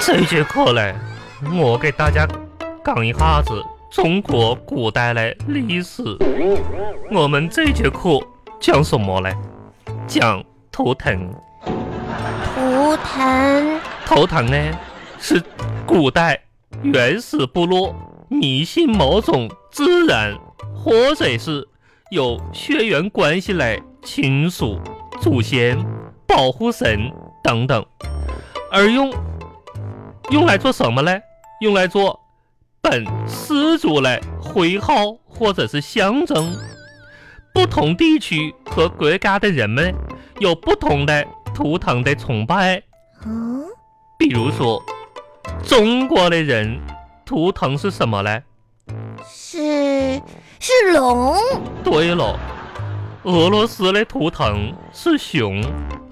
这节课嘞，我给大家讲一下子中国古代的历史。我们这节课讲什么嘞？讲图腾。图腾，头疼呢，是古代原始部落迷信某种自然或者是有血缘关系来亲属、祖先、保护神等等，而用用来做什么嘞？用来做本氏族来徽号或者是象征。不同地区和国家的人们有不同的图腾的崇拜。嗯，比如说，中国的人图腾是什么嘞？是是龙，对了，俄罗斯的图腾是熊。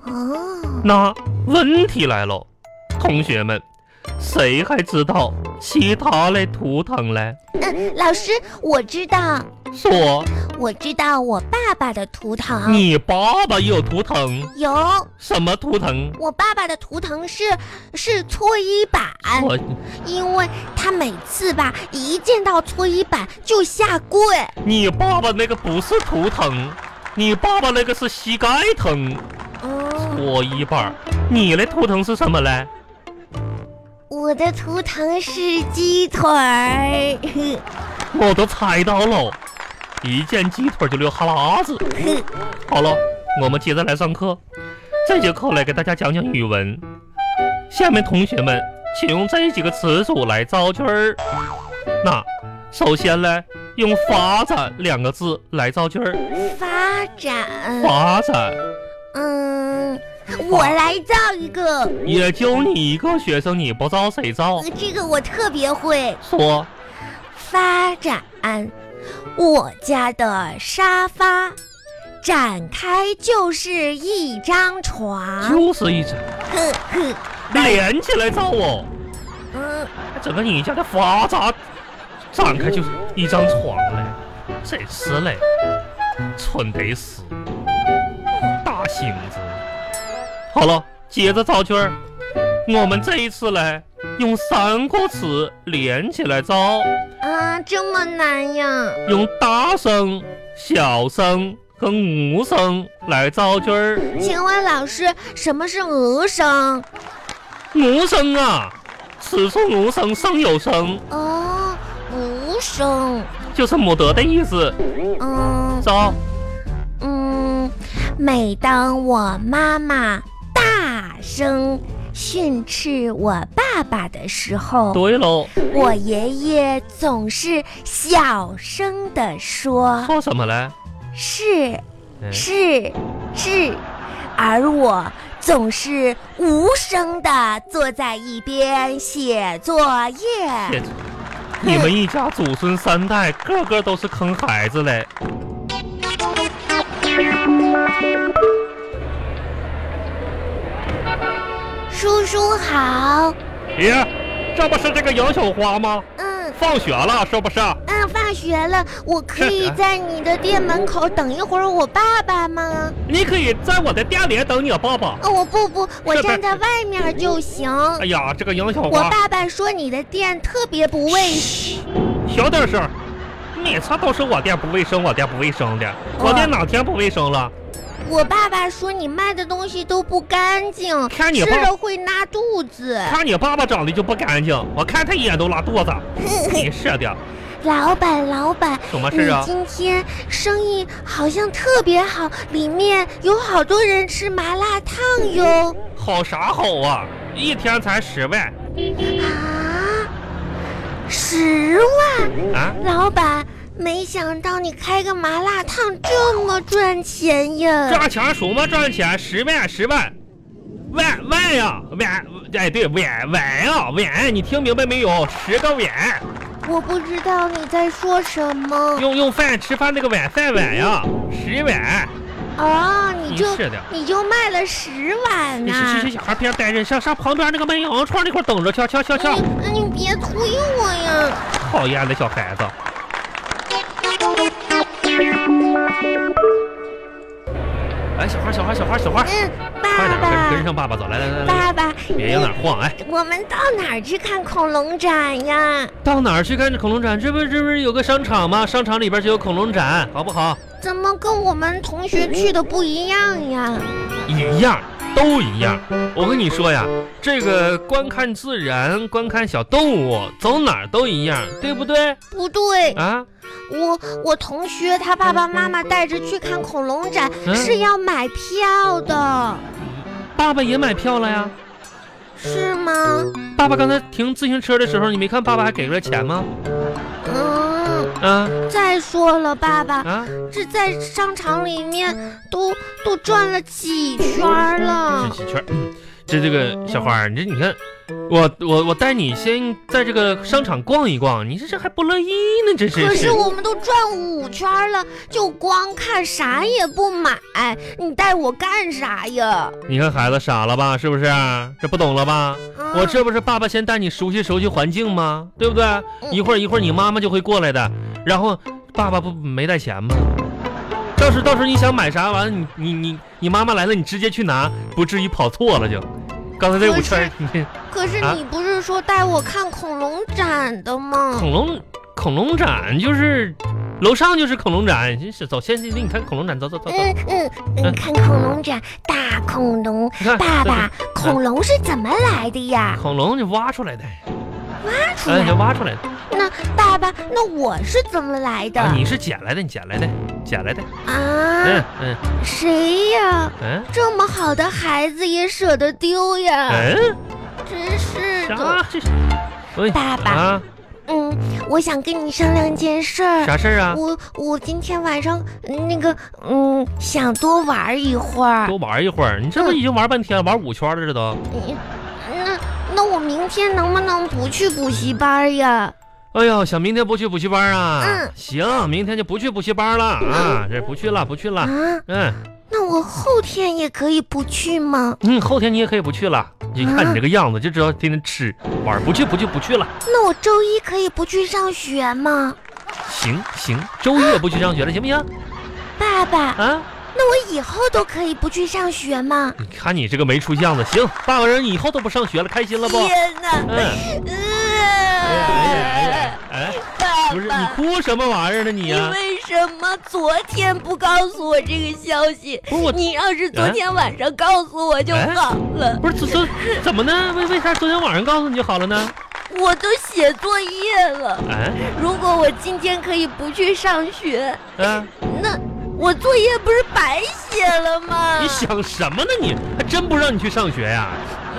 哦，那问题来了，同学们，谁还知道其他的图腾嘞？嗯，老师，我知道，说我知道我爸爸的图腾你爸爸有图腾，有，什么图腾？我爸爸的图腾是是搓衣板，我因为他每次吧一见到搓衣板就下跪，你爸爸那个不是图腾，你爸爸那个是膝盖疼，哦，搓衣板儿。你的图腾是什么嘞？我的图腾是鸡腿儿， 哼我都猜到了，一见鸡腿就流哈喇子。哼好了，我们接着来上课。这节课来给大家讲讲语文。下面同学们，请用这几个词组来造句儿。那首先呢，用“发展”两个字来造句儿。发展，发展，嗯，我来造一个。也就你一个学生，你不造谁造？呃这个我特别会说发展。我家的沙发展开就是一张床，就是一张，呵呵，连起来造哦。嗯，整个你家的发展展开就是一张床嘞，真是嘞，蠢得死，大星子。好了，接着造句儿。我们这一次嘞，用三个词连起来造，啊，这么难呀？用大声、小声和无声来造句儿。请问老师，什么是鹅声？无声啊，此处无声胜有声，哦，无声。就是没得的意思。嗯造。嗯，每当我妈妈大声训斥我爸爸的时候，对喽，我爷爷总是小声地说说什么嘞？：“是嗯是是。”而我总是无声地坐在一边写作业。你们一家祖孙三代，个个都是坑孩子嘞。叔叔好，咦，这不是这个杨小花吗？嗯放学了是不是？嗯，放学了，我可以在你的店门口等一会儿我爸爸吗？你可以在我的店里等你爸爸。哦，我不不，我是不是站在外面就行。哎呀，这个杨小我花，爸爸说你的店特别不卫生。小点声儿。每次都是我店不卫生，我店不卫生的。我店哪天不卫生了？我爸爸说你卖的东西都不干净，看你吃爸了会拉肚子。看你爸爸长得就不干净，我看他一眼都拉 肚子。你是的，老板，老板，什么事你啊？今天生意好像特别好，里面有好多人吃麻辣烫哟。好啥好啊？一天才十万啊，十万！啊？老板，没想到你开个麻辣烫这么赚钱呀！赚钱什么赚钱？十万十万，万万呀万！哎对，万万呀万！你听明白没有？十个碗，我不知道你在说什么。用用饭吃饭那个碗饭碗呀，十碗。哦，你就你是的你就卖了十啊碗你呐、去去去，还别呆着，上上旁边那个卖羊肉串那块等着，瞧瞧瞧瞧，你哎你别推我呀！讨厌的小孩子。哎，小孩，小孩，小孩，小孩，嗯，快爸点，跟跟爸，上爸爸走，来来来来，爸爸，别往哪儿晃，哎。我们到哪儿去看恐龙展呀？到哪儿去看这恐龙展？这不这不是有个商场吗？商场里边就有恐龙展，好不好？怎么跟我们同学去的不一样呀？一样，都一样。我跟你说呀，这个观看自然、观看小动物，走哪儿都一样，对不对不对，啊？我我同学他爸爸妈妈带着去看恐龙展嗯是要买票的，爸爸也买票了呀。是吗？爸爸刚才停自行车的时候，你没看爸爸还给出来钱吗？嗯，啊再说了，爸爸，啊！这在商场里面都都转了几圈了这。几圈儿，嗯这这个小花儿，你这你看，我我我带你先在这个商场逛一逛，你这这还不乐意呢，这可真是我们都转五圈了，就光看啥也不买，哎你带我干啥呀？你看孩子傻了吧？是不是？啊这不懂了吧？嗯我这不是爸爸先带你熟悉熟悉环境吗？对不对？一会儿一会儿你妈妈就会过来的。然后爸爸不没带钱吗？到时到时候你想买啥，完了你你你你妈妈来了，你直接去拿，不至于跑错了就。刚才这五圈儿，你嗯可是啊你不是说带我看恐龙展的吗？恐龙恐龙展就是楼上就是恐龙展，先是走先领你看恐龙展，走走走走，嗯嗯嗯，嗯看恐龙展，大恐龙，你看爸这爸，恐龙是怎么来的呀这？恐龙就挖出来的，看出哎，来你。挖出来的。那爸爸，那我是怎么来的啊，你是捡来的，你捡来的，捡来的。嗯啊？嗯谁呀？嗯这么好的孩子也舍得丢呀？嗯，真是的。啥？这是？喂爸爸啊，嗯，我想跟你商量一件事儿。啥事儿啊？我我今天晚上嗯那个嗯想多玩一会儿。多玩一会儿，你这不嗯已经玩半天了，玩五圈了，这都。嗯那那我明天能不能不去补习班呀？哎呦，想明天不去补习班啊嗯？行，明天就不去补习班了啊，这不去了，不去了。啊，嗯那我后天也可以不去吗？嗯，后天你也可以不去了。你看你这个样子，就知道天天吃玩，不去不去不去了。那我周一可以不去上学吗？行行，周一也不去上学了，行不行爸爸，啊？那我以后都可以不去上学吗？你看你这个没出息样子，行，爸爸让你以后都不上学了，开心了不？天哪！呃嗯，哎呀哎呀哎呀，哎。爸不是你哭什么玩意儿呢你啊你呀、为什么昨天不告诉我这个消息？不是我，你要是昨哎天晚上告诉我就哎好了，不是昨昨怎么呢？ 为为啥昨天晚上告诉你就好了呢？我都写作业了。哎如果我今天可以不去上学，啊，那我作业不是白写了吗你？想什么呢你？还真不让你去上学呀、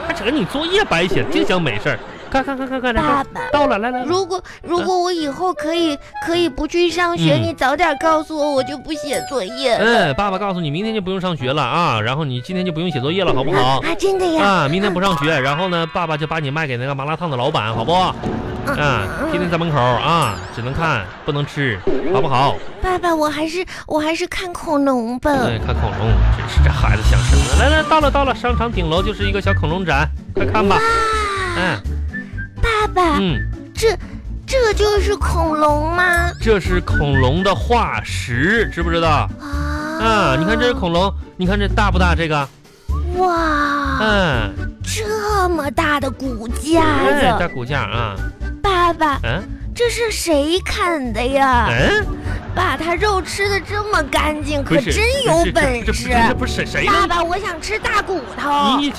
还扯你作业白写，净想没事儿。看看看看看，来爸看爸，到了，来来，来如果如果我以后可以可以不去上学，嗯你早点告诉我，我就不写作业了。嗯，爸爸告诉你，明天就不用上学了啊，然后你今天就不用写作业了，好不好？啊，真的呀？啊，明天不上学，然后呢，爸爸就把你卖给那个麻辣烫的老板，好不？嗯啊，天天在门口啊，只能看不能吃，好不好？爸爸，我还是我还是看恐龙吧。对，看恐龙，真是这孩子想什么？来来，到了到了，商场顶楼就是一个小恐龙展，快看吧。啊哎，，爸爸，嗯，这这就是恐龙吗？这是恐龙的化石，知不知道？啊啊，你看这是恐龙，你看这大不大？这个，哇，嗯，这么大的骨哎，架大子，骨架啊，爸爸，嗯这是谁啃的呀？嗯，把它肉吃的这么干净，不可是，真有本这这事啊这。这不是谁谁爸呢？爸，我想吃大骨头。你这